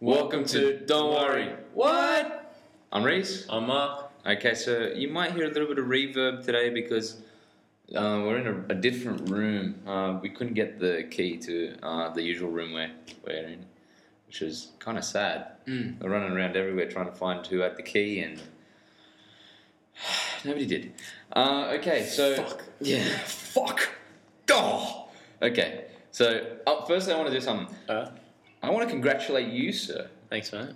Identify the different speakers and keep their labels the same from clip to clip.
Speaker 1: Welcome to Don't Worry. What? I'm Reese.
Speaker 2: I'm Mark.
Speaker 1: Okay, so you might hear a little bit of reverb today because uh, we're in a, a different room. Uh, we couldn't get the key to uh, the usual room we're, we're in, which is kind of sad.
Speaker 2: Mm.
Speaker 1: We're running around everywhere trying to find who had the key, and nobody did. Uh, okay, so
Speaker 2: Fuck.
Speaker 1: yeah, fuck. Oh. Okay, so uh, firstly, I want to do something.
Speaker 2: Uh,
Speaker 1: I want to congratulate you, sir.
Speaker 2: thanks, mate.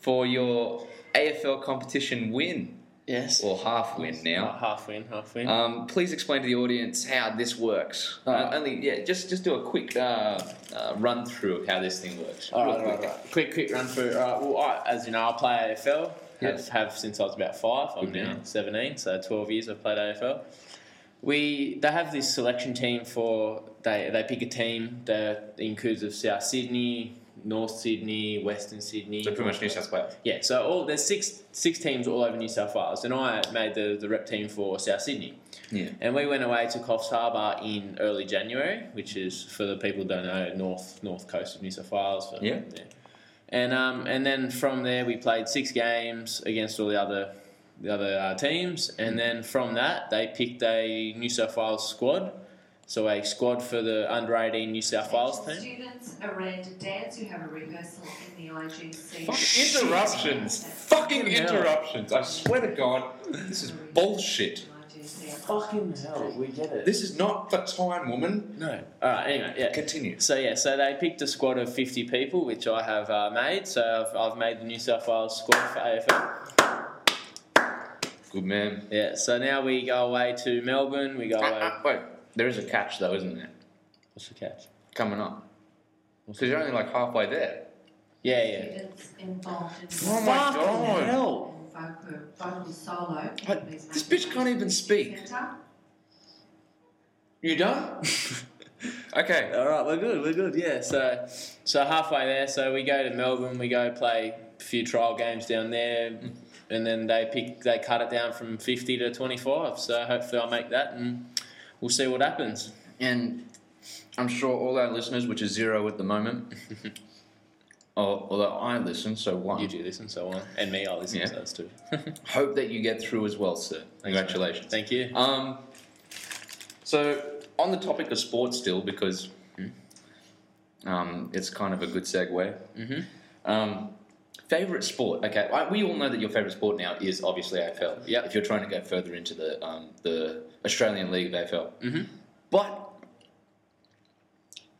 Speaker 1: for your AFL competition win
Speaker 2: Yes.
Speaker 1: or half win now.
Speaker 2: half win, half win.
Speaker 1: Um, please explain to the audience how this works. Uh, only yeah, just just do a quick uh, uh, run through of how this thing works.
Speaker 2: all,
Speaker 1: Real
Speaker 2: right, all right,
Speaker 1: quick.
Speaker 2: all right. Quick, quick run through. All right, well, all right, as you know, I play AFL.
Speaker 1: Yep.
Speaker 2: Have, have since I was about five. I'm
Speaker 1: Good
Speaker 2: now
Speaker 1: man.
Speaker 2: 17, so 12 years I've played AFL. We they have this selection team for they they pick a team that includes of South Sydney, North Sydney, Western Sydney.
Speaker 1: So pretty much New South Wales.
Speaker 2: Yeah, so all, there's six six teams all over New South Wales, and I made the, the rep team for South Sydney.
Speaker 1: Yeah.
Speaker 2: And we went away to Coffs Harbour in early January, which is for the people who don't know, north north coast of New South Wales. But,
Speaker 1: Yeah.
Speaker 2: And um, and then from there we played six games against all the other the other uh, teams, and then from that they picked a New South Wales squad, so a squad for the under eighteen New South Wales team.
Speaker 3: Students around dance, you have a rehearsal in the IGC.
Speaker 1: interruptions! Fucking interruptions! I swear to God, this is bullshit.
Speaker 3: IGC.
Speaker 2: Fucking hell, we get it.
Speaker 1: This is not the time, woman.
Speaker 2: no. All right. Anyway, yeah.
Speaker 1: Continue.
Speaker 2: So yeah, so they picked a squad of fifty people, which I have uh, made. So I've, I've made the New South Wales squad for AFL.
Speaker 1: Good man.
Speaker 2: Yeah. So now we go away to Melbourne. We go
Speaker 1: Uh,
Speaker 2: away.
Speaker 1: uh, wait, there is a catch though, isn't there?
Speaker 2: What's the catch?
Speaker 1: Coming up. Because you're only like halfway there.
Speaker 2: Yeah, yeah.
Speaker 3: Students involved in
Speaker 1: Oh my
Speaker 2: Fucking
Speaker 1: God.
Speaker 2: Hell.
Speaker 3: vocal, vocal solo.
Speaker 1: But this bitch can't even speak.
Speaker 3: Centre.
Speaker 1: You done? okay.
Speaker 2: All right, we're good. We're good. Yeah. So, so halfway there. So we go to Melbourne. We go play a few trial games down there, and then they pick. They cut it down from fifty to twenty-five. So hopefully I'll make that, and we'll see what happens.
Speaker 1: And I'm sure all our listeners, which is zero at the moment, al- although I listen, so one,
Speaker 2: You do listen, so on, and me, I listen.
Speaker 1: Yeah.
Speaker 2: So that's two.
Speaker 1: hope that you get through as well, sir. Congratulations.
Speaker 2: Thank you.
Speaker 1: Um, so, on the topic of sports still, because hmm, um, it's kind of a good segue.
Speaker 2: Mhm.
Speaker 1: Um, favorite sport? Okay, I, we all know that your favorite sport now is obviously AFL.
Speaker 2: Yep.
Speaker 1: If you're trying to go further into the um, the Australian League of AFL,
Speaker 2: Mhm.
Speaker 1: but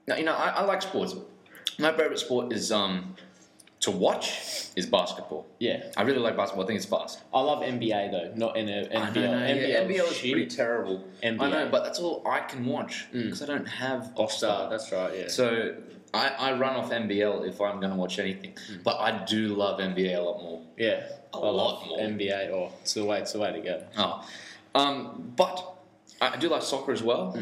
Speaker 1: now you know I, I like sports. My favorite sport is um, to watch is basketball.
Speaker 2: Yeah.
Speaker 1: I really like basketball. I think it's fast.
Speaker 2: I love NBA though, not NBL.
Speaker 1: I don't know,
Speaker 2: NBL,
Speaker 1: yeah, NBL is
Speaker 2: shit.
Speaker 1: pretty terrible.
Speaker 2: NBA.
Speaker 1: I know, but that's all I can watch because I don't have All
Speaker 2: Star, that's right. Yeah.
Speaker 1: So I, I run off NBL if I'm going to watch anything, but I do love NBA a lot more.
Speaker 2: yeah.
Speaker 1: A
Speaker 2: I
Speaker 1: lot
Speaker 2: love
Speaker 1: more.
Speaker 2: NBA or oh, it's the way it's the way to go.
Speaker 1: Oh, um, but I I do like soccer as well.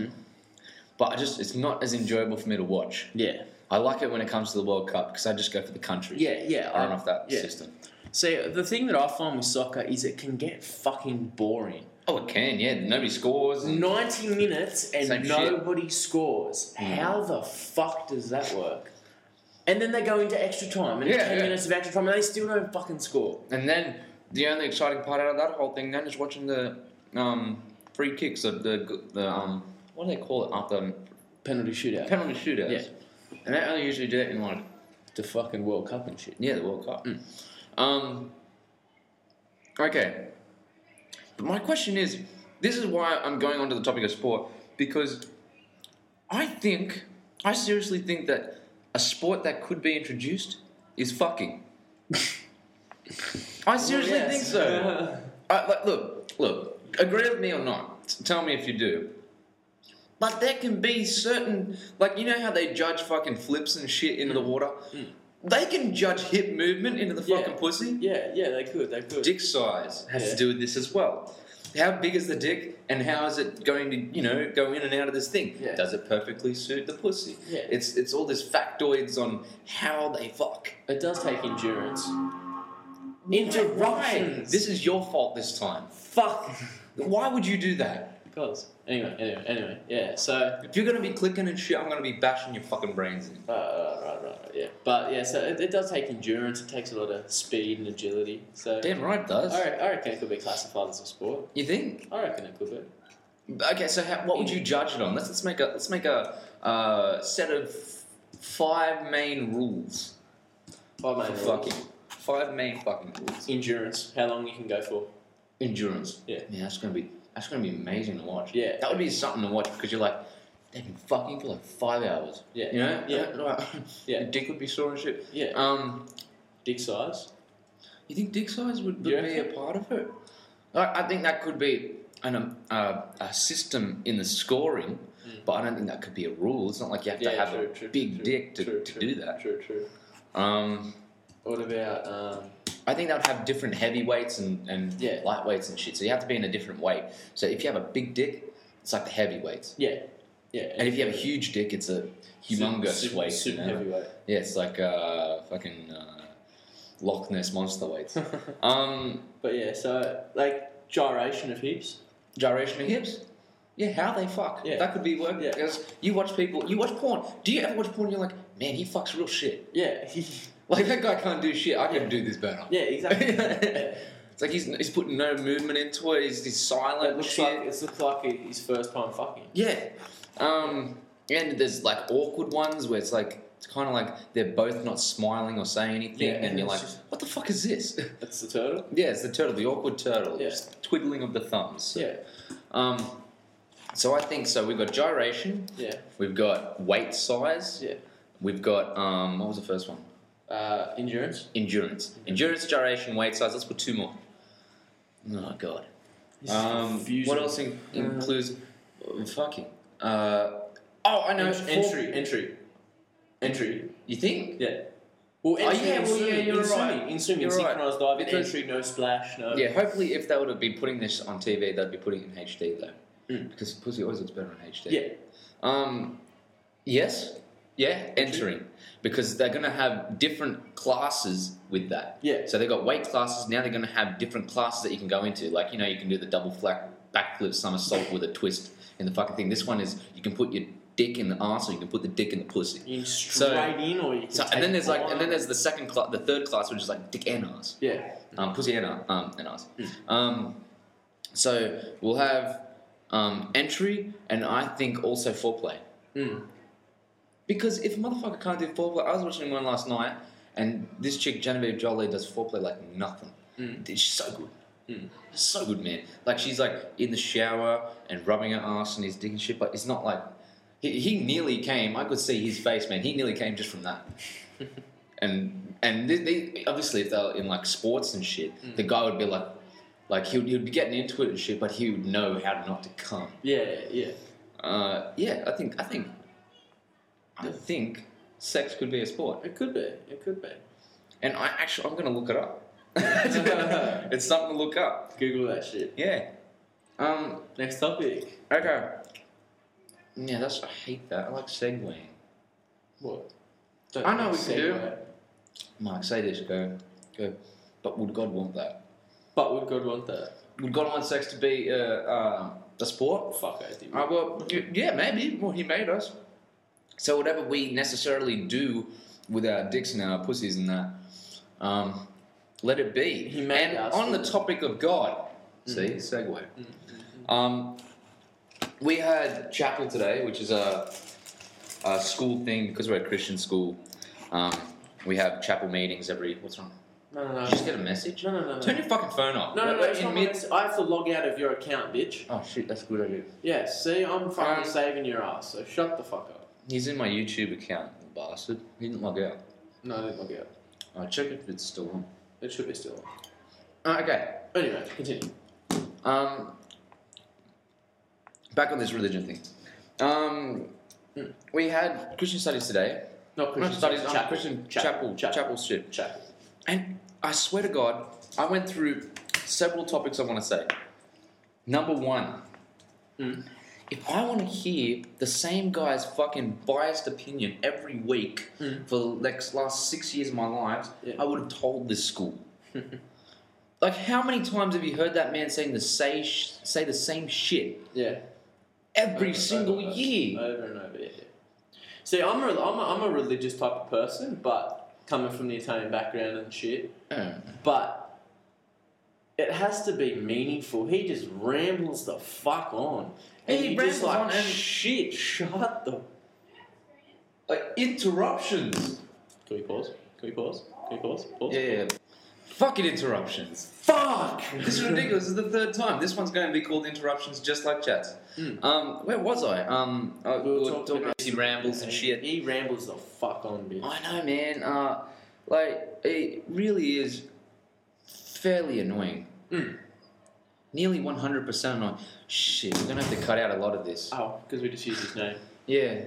Speaker 1: But I just it's not as enjoyable for me to watch.
Speaker 2: Yeah.
Speaker 1: I like it when it comes to the World Cup because I just go for the country.
Speaker 2: Yeah, yeah.
Speaker 1: I run off that
Speaker 2: yeah.
Speaker 1: system.
Speaker 2: See, the thing that I find with soccer is it can get fucking boring.
Speaker 1: Oh, it can. Yeah, nobody scores. and-
Speaker 2: Ninety minutes and
Speaker 1: Same shit.
Speaker 2: nobody scores. How the fuck does that work? And then they go into extra time and
Speaker 1: Yeah,
Speaker 2: ten
Speaker 1: yeah.
Speaker 2: minutes of extra time and they still don't fucking score.
Speaker 1: And then the only exciting part out of that whole thing then is watching the um, free kicks, the, the, the um, what do they call it after
Speaker 2: Penalty shootout.
Speaker 1: penalty shootouts. And they only usually do that in like
Speaker 2: The fucking World Cup and shit.
Speaker 1: yeah the World Cup. Um, okay, but my question is, this is why I'm going on to the topic of sport because I think I seriously think that a sport that could be introduced is fucking. I seriously
Speaker 2: Oh, Yes.
Speaker 1: think so. I, like, look, look. Agree with me or not? t- Tell me if you do. But there can be certain, like you know how they judge fucking flips and shit into the water. They can judge hip movement into the
Speaker 2: Mm. Yeah.
Speaker 1: fucking pussy.
Speaker 2: Yeah, yeah, they could, they could.
Speaker 1: Dick size has to
Speaker 2: Yeah.
Speaker 1: do with this as well. How big is the dick, and how is it going to, you know, go in and out of this thing?
Speaker 2: Yeah.
Speaker 1: Does it perfectly suit the pussy?
Speaker 2: Yeah.
Speaker 1: It's it's all this factoids on how they fuck.
Speaker 2: It does take endurance. Interruptions.
Speaker 1: This is your fault this time.
Speaker 2: fuck.
Speaker 1: Why would you do that?
Speaker 2: Goals. Anyway, anyway, anyway. Yeah, so.
Speaker 1: If you're gonna be clicking and shit, I'm gonna be bashing your fucking brains in.
Speaker 2: Uh, right, right, right, yeah. But yeah, so it, it does take endurance. It takes a lot of speed and agility. So
Speaker 1: Damn right it does.
Speaker 2: I, re- I reckon it could be classified as a sport.
Speaker 1: You think?
Speaker 2: I reckon it could be.
Speaker 1: Okay, so how, what would you judge it on? Let's let's make a let's make a uh, set of f- five main rules
Speaker 2: Five
Speaker 1: for
Speaker 2: main rules.
Speaker 1: fucking. Five main fucking rules.
Speaker 2: endurance. How long you can go for?
Speaker 1: Endurance.
Speaker 2: Yeah.
Speaker 1: Yeah, that's gonna be that's gonna be amazing to watch.
Speaker 2: Yeah.
Speaker 1: That would be something to watch because you're like, they can fucking for like five hours.
Speaker 2: Yeah.
Speaker 1: You know?
Speaker 2: Yeah.
Speaker 1: Like,
Speaker 2: Yeah.
Speaker 1: Your dick would be sore and shit.
Speaker 2: Yeah.
Speaker 1: Um,
Speaker 2: Dick size.
Speaker 1: you think dick size would,
Speaker 2: Yeah.
Speaker 1: would be a part of it? I, I think that could be an, um, uh, a system in the scoring, but I don't think that could be a rule. It's not like you have to
Speaker 2: Hmm. Yeah,
Speaker 1: have
Speaker 2: true,
Speaker 1: a
Speaker 2: true,
Speaker 1: big
Speaker 2: true,
Speaker 1: dick to,
Speaker 2: true,
Speaker 1: to
Speaker 2: true,
Speaker 1: do that.
Speaker 2: True, true.
Speaker 1: Um,
Speaker 2: What about um,
Speaker 1: I think that would have different heavyweights and, and
Speaker 2: Yeah.
Speaker 1: lightweights and shit. So you have to be in a different weight. So if you have a big dick, it's like the heavyweights.
Speaker 2: yeah, yeah?
Speaker 1: And if you have a huge dick, it's a
Speaker 2: Super-
Speaker 1: humongous
Speaker 2: super,
Speaker 1: weight.
Speaker 2: super
Speaker 1: you know?
Speaker 2: heavyweight.
Speaker 1: Yeah, it's like uh, fucking uh, Loch Ness monster weights. um,
Speaker 2: But yeah, so like gyration of hips.
Speaker 1: gyration of hips. Yeah, how they fuck.
Speaker 2: Yeah.
Speaker 1: That could be work.
Speaker 2: Yeah.
Speaker 1: Because you watch people, you watch porn. Do you ever watch porn? and You're like, man, he fucks real shit.
Speaker 2: Yeah,
Speaker 1: Like that guy can't do shit. I can do this better.
Speaker 2: yeah, exactly. Yeah.
Speaker 1: It's like he's, he's putting no movement into it. He's, he's silent.
Speaker 2: It looks
Speaker 1: shit.
Speaker 2: like it looks like his first time fucking.
Speaker 1: Yeah. Um, and there's like awkward ones where it's like it's kind of like they're both not smiling or saying anything,
Speaker 2: Yeah,
Speaker 1: and you're
Speaker 2: it's
Speaker 1: like,
Speaker 2: just-
Speaker 1: what the fuck is this?
Speaker 2: That's the turtle.
Speaker 1: yeah, it's the turtle, the awkward turtle,
Speaker 2: Yeah.
Speaker 1: just twiddling of the thumbs. So,
Speaker 2: Yeah,
Speaker 1: Um, so I think so. We've got gyration.
Speaker 2: yeah,
Speaker 1: We've got weight size.
Speaker 2: yeah.
Speaker 1: We've got um, what was the first one?
Speaker 2: Uh, endurance.
Speaker 1: Endurance. Endurance, gyration, weight size. Let's put two more. Oh god. Um, what else in- includes uh, fucking? Uh, oh, I know.
Speaker 2: Ent-
Speaker 1: four-
Speaker 2: entry, entry, entry.
Speaker 1: You think?
Speaker 2: Yeah. Well,
Speaker 1: Oh,
Speaker 2: entry
Speaker 1: yeah,
Speaker 2: in
Speaker 1: well, yeah,
Speaker 2: swimming,
Speaker 1: you're
Speaker 2: in
Speaker 1: right.
Speaker 2: swimming, in swimming,
Speaker 1: You're right.
Speaker 2: synchronized diving,
Speaker 1: Because-
Speaker 2: entry, no splash, no.
Speaker 1: Yeah, hopefully if they would have been putting this on TV, they'd be putting it in HD though.
Speaker 2: Mm.
Speaker 1: Because Pussy always looks better in HD.
Speaker 2: yeah,
Speaker 1: Um, yes. Yeah, entering. Because they're going to have different classes with that.
Speaker 2: Yeah.
Speaker 1: So they've got weight classes. Now they're going to have different classes that you can go into. Like, you know, you can do the double flat backflip somersault with a twist in the fucking thing. This one is you can put your dick in the arse or you can put the dick in the pussy.
Speaker 2: You can straight in, or you can
Speaker 1: So,
Speaker 2: take
Speaker 1: and then there's like,
Speaker 2: on.
Speaker 1: and then there's the second class, the third class, which is like dick and arse
Speaker 2: yeah,
Speaker 1: um, pussy and, ar- um, and ass. Um, so we'll have um, entry and I think also foreplay.
Speaker 2: Mm.
Speaker 1: Because if a motherfucker can't do foreplay, I was watching one last night and this chick Genevieve Jolie does foreplay like nothing. Dude, She's so good. She's So good, man. Like she's like in the shower and rubbing her ass and his dick and shit, but it's not like he, he nearly came. I could see his face, man. He nearly came just from that and and they, they obviously if they're in like sports and shit, the guy would be like, like he would, he would be getting into it and shit, but he would know how not to come.
Speaker 2: yeah, yeah.
Speaker 1: Uh, yeah, I think I think I think sex could be a sport,
Speaker 2: It could be, it could be.
Speaker 1: and I actually I'm gonna look it up. it's something to look up.
Speaker 2: Google that shit.
Speaker 1: Yeah. Um.
Speaker 2: Next topic.
Speaker 1: Okay. Yeah, that's I hate that. I like segueing.
Speaker 2: What? Don't
Speaker 1: I know
Speaker 2: think
Speaker 1: we can
Speaker 2: segue.
Speaker 1: Mark, say this, go, go. But would God want that?
Speaker 2: But would God want that?
Speaker 1: Would God want sex to be uh, uh, a sport?
Speaker 2: Oh, Fuck, I do.
Speaker 1: Uh, well, y- yeah, maybe. Well, he made us. So whatever we necessarily do with our dicks and our pussies and that, um, let it be.
Speaker 2: He made
Speaker 1: and
Speaker 2: us. Mm-hmm.
Speaker 1: on the topic of God, see, segue. Um, we had chapel today, which is a, a school thing because we're a Christian school. Um, we have chapel meetings every. What's wrong?
Speaker 2: No, no, no.
Speaker 1: Did you just get a message?
Speaker 2: No, no, no, no.
Speaker 1: Turn your fucking phone off.
Speaker 2: no, no, no,
Speaker 1: We're
Speaker 2: it's
Speaker 1: in
Speaker 2: not
Speaker 1: mid-
Speaker 2: mine. I have to log out of your account, bitch.
Speaker 1: Oh shit, that's a good idea.
Speaker 2: Yeah, see, I'm fucking
Speaker 1: Um,
Speaker 2: saving your ass, so shut the fuck up.
Speaker 1: He's in my YouTube account, the bastard. He didn't log out.
Speaker 2: No, I didn't log out.
Speaker 1: I'll check if it's still on.
Speaker 2: It should be still on.
Speaker 1: Uh, okay.
Speaker 2: Anyway, continue.
Speaker 1: Um, back on this religion thing. Um, we had Christian studies today.
Speaker 2: Not Christian
Speaker 1: Not studies,
Speaker 2: chapel.
Speaker 1: um, Christian chapel, chapel, shit.
Speaker 2: chapel.
Speaker 1: And I swear to God, I went through several topics I want to say. Number one, Hmm? if I want to hear the same guy's fucking biased opinion every week for the next, last six years of my life,
Speaker 2: Yeah.
Speaker 1: I would have told this school. Like, how many times have you heard that man saying the say sh- say the same shit
Speaker 2: Yeah.
Speaker 1: every
Speaker 2: Over-
Speaker 1: single
Speaker 2: over-
Speaker 1: year?
Speaker 2: Over and over, yeah. yeah. See, I'm a, I'm, a, I'm a religious type of person, but coming from the Italian background and shit,
Speaker 1: Yeah.
Speaker 2: but it has to be meaningful. He just rambles the fuck on. And
Speaker 1: He
Speaker 2: you just
Speaker 1: rambles
Speaker 2: like,
Speaker 1: on and-
Speaker 2: shit, shut the...
Speaker 1: Like interruptions.
Speaker 2: Can we pause? Can we pause? Can we pause? Pause?
Speaker 1: Yeah, yeah. Fucking interruptions.
Speaker 2: Fuck!
Speaker 1: This is ridiculous. This is the third time. This one's going to be called interruptions, just like chats. Um, where was I? Um, uh, we were talking about his rambles and shit.
Speaker 2: He rambles the fuck on, bitch.
Speaker 1: I know, man. Uh, like it really is fairly annoying.
Speaker 2: Mm.
Speaker 1: Nearly one hundred percent annoying. Shit, we're gonna have to cut out a lot of this.
Speaker 2: Oh, because we just used his name.
Speaker 1: Yeah,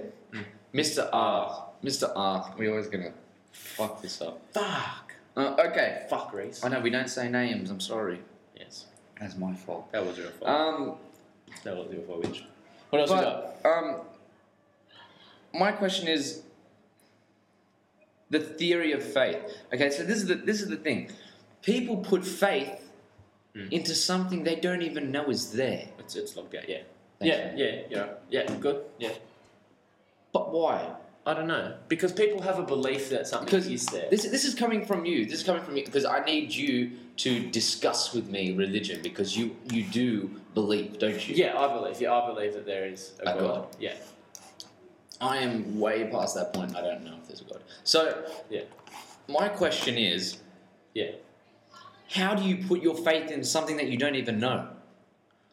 Speaker 1: Mr. R, Mr. R. We're always gonna fuck this up.
Speaker 2: Fuck.
Speaker 1: Uh, okay.
Speaker 2: Fuck, Reese.
Speaker 1: I know we don't say names. I'm sorry.
Speaker 2: Yes.
Speaker 1: That's my fault.
Speaker 2: That was your fault.
Speaker 1: Um,
Speaker 2: that was your fault, bitch. What else we got?
Speaker 1: but um, my question is the theory of faith. Okay, so this is the this is the thing. People put faith into something they don't even know is there.
Speaker 2: It's, it's logged out, yeah.
Speaker 1: Thanks,
Speaker 2: yeah,
Speaker 1: man.
Speaker 2: yeah, yeah, yeah, good, yeah.
Speaker 1: But why?
Speaker 2: I don't know. Because people have a belief that something
Speaker 1: Because
Speaker 2: is there.
Speaker 1: this this is coming from you. This is coming from you because I need you to discuss with me religion because you you do believe, don't you?
Speaker 2: yeah, I believe, yeah, I believe that there is a,
Speaker 1: A
Speaker 2: God.
Speaker 1: God.
Speaker 2: Yeah,
Speaker 1: I am way past that point. I don't know if there's a god. So
Speaker 2: yeah,
Speaker 1: my question is.
Speaker 2: yeah.
Speaker 1: how do you put your faith in something that you don't even know?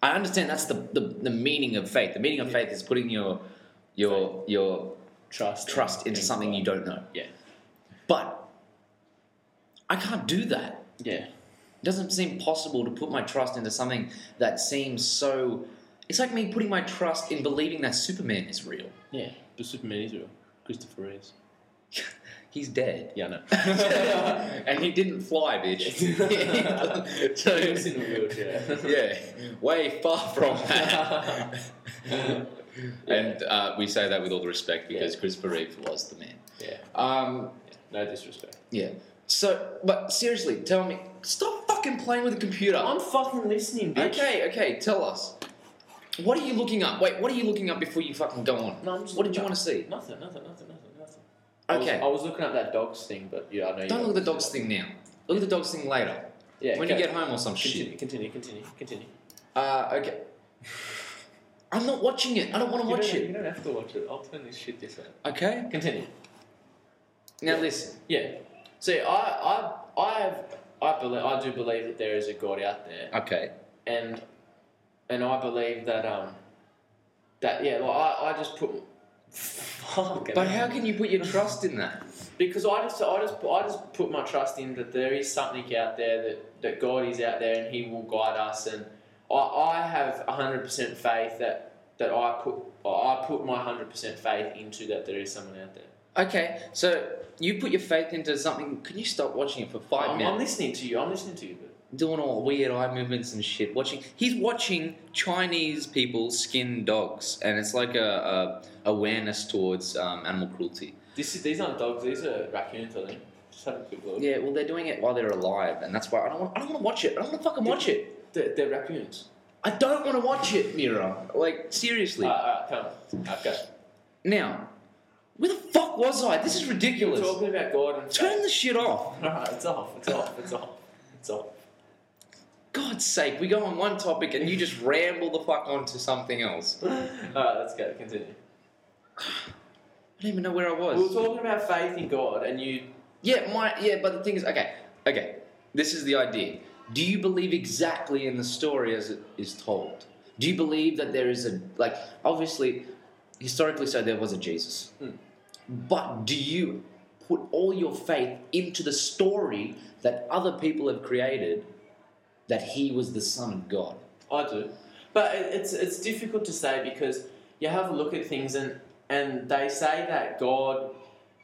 Speaker 1: I understand that's the, the, the meaning of faith. The meaning of faith is putting your your your
Speaker 2: Trust.
Speaker 1: trust
Speaker 2: in-
Speaker 1: into
Speaker 2: in
Speaker 1: something you
Speaker 2: God.
Speaker 1: don't know.
Speaker 2: Yeah,
Speaker 1: But I can't do that.
Speaker 2: yeah.
Speaker 1: It doesn't seem possible to put my trust into something that seems so it's like me putting my trust in believing that Superman is real.
Speaker 2: Yeah, the Superman is real. Christopher Reeves.
Speaker 1: He's dead.
Speaker 2: Yeah, no.
Speaker 1: and he didn't fly, bitch. so
Speaker 2: he was in a wheelchair.
Speaker 1: yeah, way far from that. And uh, we say that with all the respect because
Speaker 2: Yeah.
Speaker 1: Christopher Reeve was the man.
Speaker 2: yeah,
Speaker 1: Um,
Speaker 2: no disrespect.
Speaker 1: yeah. So, but seriously, tell me, stop fucking playing with the computer.
Speaker 2: I'm fucking listening, bitch.
Speaker 1: okay, okay, tell us. What are you looking up? Wait, what are you looking up before you fucking go on?
Speaker 2: No, I'm just
Speaker 1: what did you
Speaker 2: looking
Speaker 1: want to see?
Speaker 2: Nothing, nothing, nothing, nothing, nothing. I was,
Speaker 1: Okay,
Speaker 2: I was looking at that dogs thing, but yeah, I know you
Speaker 1: don't look at the dogs thing now. Look at the dogs thing later.
Speaker 2: Yeah,
Speaker 1: when
Speaker 2: okay.
Speaker 1: you get home or some shit.
Speaker 2: Continue, continue, continue, continue.
Speaker 1: Uh, okay. I'm not watching it. I don't want to
Speaker 2: You
Speaker 1: watch
Speaker 2: don't- You
Speaker 1: it.
Speaker 2: don't have to watch it. I'll turn this shit this way.
Speaker 1: Okay.
Speaker 2: Continue.
Speaker 1: Now listen.
Speaker 2: Yeah. See, I, I, I have, I believe, I do believe that there is a God out there,
Speaker 1: Okay.
Speaker 2: and, and I believe that, um, that yeah, like I, I just put, fuck.
Speaker 1: But how can you put your trust in that?
Speaker 2: Because I just, I just, I just put my trust in that there is something out there that, that God is out there and He will guide us, and I, I have hundred percent faith that that I put, I put my hundred percent faith into that there is someone out there.
Speaker 1: Okay, so you put your faith into something. Can you stop watching it for 5
Speaker 2: I'm, I'm
Speaker 1: minutes?
Speaker 2: listening to you. I'm listening to you. But
Speaker 1: Doing all weird eye movements and shit. Watching. He's watching Chinese people skin dogs, and it's like a, a awareness towards um, animal cruelty.
Speaker 2: This is, these aren't dogs, these are raccoons, I think. Just have a quick look.
Speaker 1: Yeah, well, they're doing it while they're alive, and that's why I don't want. I don't want to watch it. I don't want to fucking watch it.
Speaker 2: They're, they're raccoons.
Speaker 1: I don't want to watch it, Mira. Like seriously.
Speaker 2: Alright, alright, come on. Okay.
Speaker 1: now, where the fuck was I? This is
Speaker 2: We're
Speaker 1: ridiculous.
Speaker 2: talking about God and
Speaker 1: Turn the shit off.
Speaker 2: Alright, it's off, it's off, it's off, it's off.
Speaker 1: God's sake, we go on one topic and you just ramble the fuck onto something else. I
Speaker 2: Alright, let's go, continue.
Speaker 1: don't even know where I was.
Speaker 2: We were talking about faith in God and you.
Speaker 1: Yeah, my yeah, but the thing is, okay, okay. This is the idea. Do you believe exactly in the story as it is told? Do you believe that there is a like obviously historically so there was a Jesus.
Speaker 2: Hmm.
Speaker 1: But do you put all your faith into the story that other people have created that he was the son of God?
Speaker 2: I do. But it, it's, it's difficult to say because you have a look at things and, and they say that God.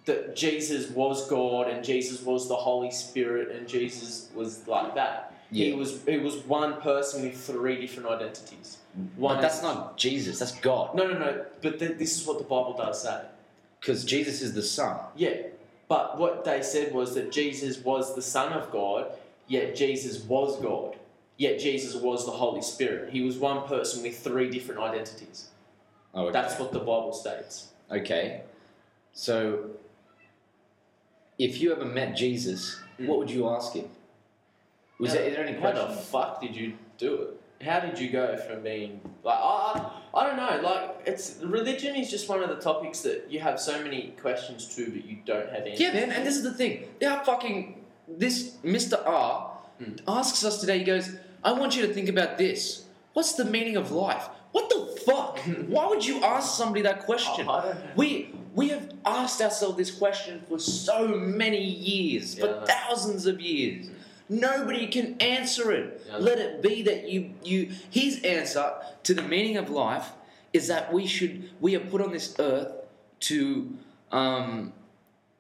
Speaker 2: That Jesus was God and Jesus was the Holy Spirit and Jesus was like that. He
Speaker 1: Yeah.
Speaker 2: was he was one person with three different identities. One
Speaker 1: Mm-hmm. But that's not Jesus, that's God.
Speaker 2: No, no, no. But th- this is what the Bible does say.
Speaker 1: Because Jesus is the son.
Speaker 2: Yeah. But what they said was that Jesus was the Son of God, Yet Jesus was God. Yet Jesus was the Holy Spirit. He was one person with three different identities.
Speaker 1: Oh, okay.
Speaker 2: That's what the Bible states.
Speaker 1: okay. So, if you ever met Jesus, what would you ask him? Was
Speaker 2: How-
Speaker 1: there, is there any
Speaker 2: How the
Speaker 1: Hmm. question?
Speaker 2: fuck did you do it? How did you go from being like I, I, I don't know like it's religion is just one of the topics that you have so many questions to but you don't have answers.
Speaker 1: Yeah, man, and this is the thing. They are fucking. This Mr. R
Speaker 2: Hmm.
Speaker 1: asks us today, he goes, I want you to think about this. What's the meaning of life? What the fuck? Why would you ask somebody that question?
Speaker 2: I don't know.
Speaker 1: We we have asked ourselves this question for so many years,
Speaker 2: Yeah, I
Speaker 1: for
Speaker 2: know.
Speaker 1: thousands of years. Nobody can answer it.
Speaker 2: Yeah, I know.
Speaker 1: Let it be that you you his answer to the meaning of life is that we should we are put on this earth to um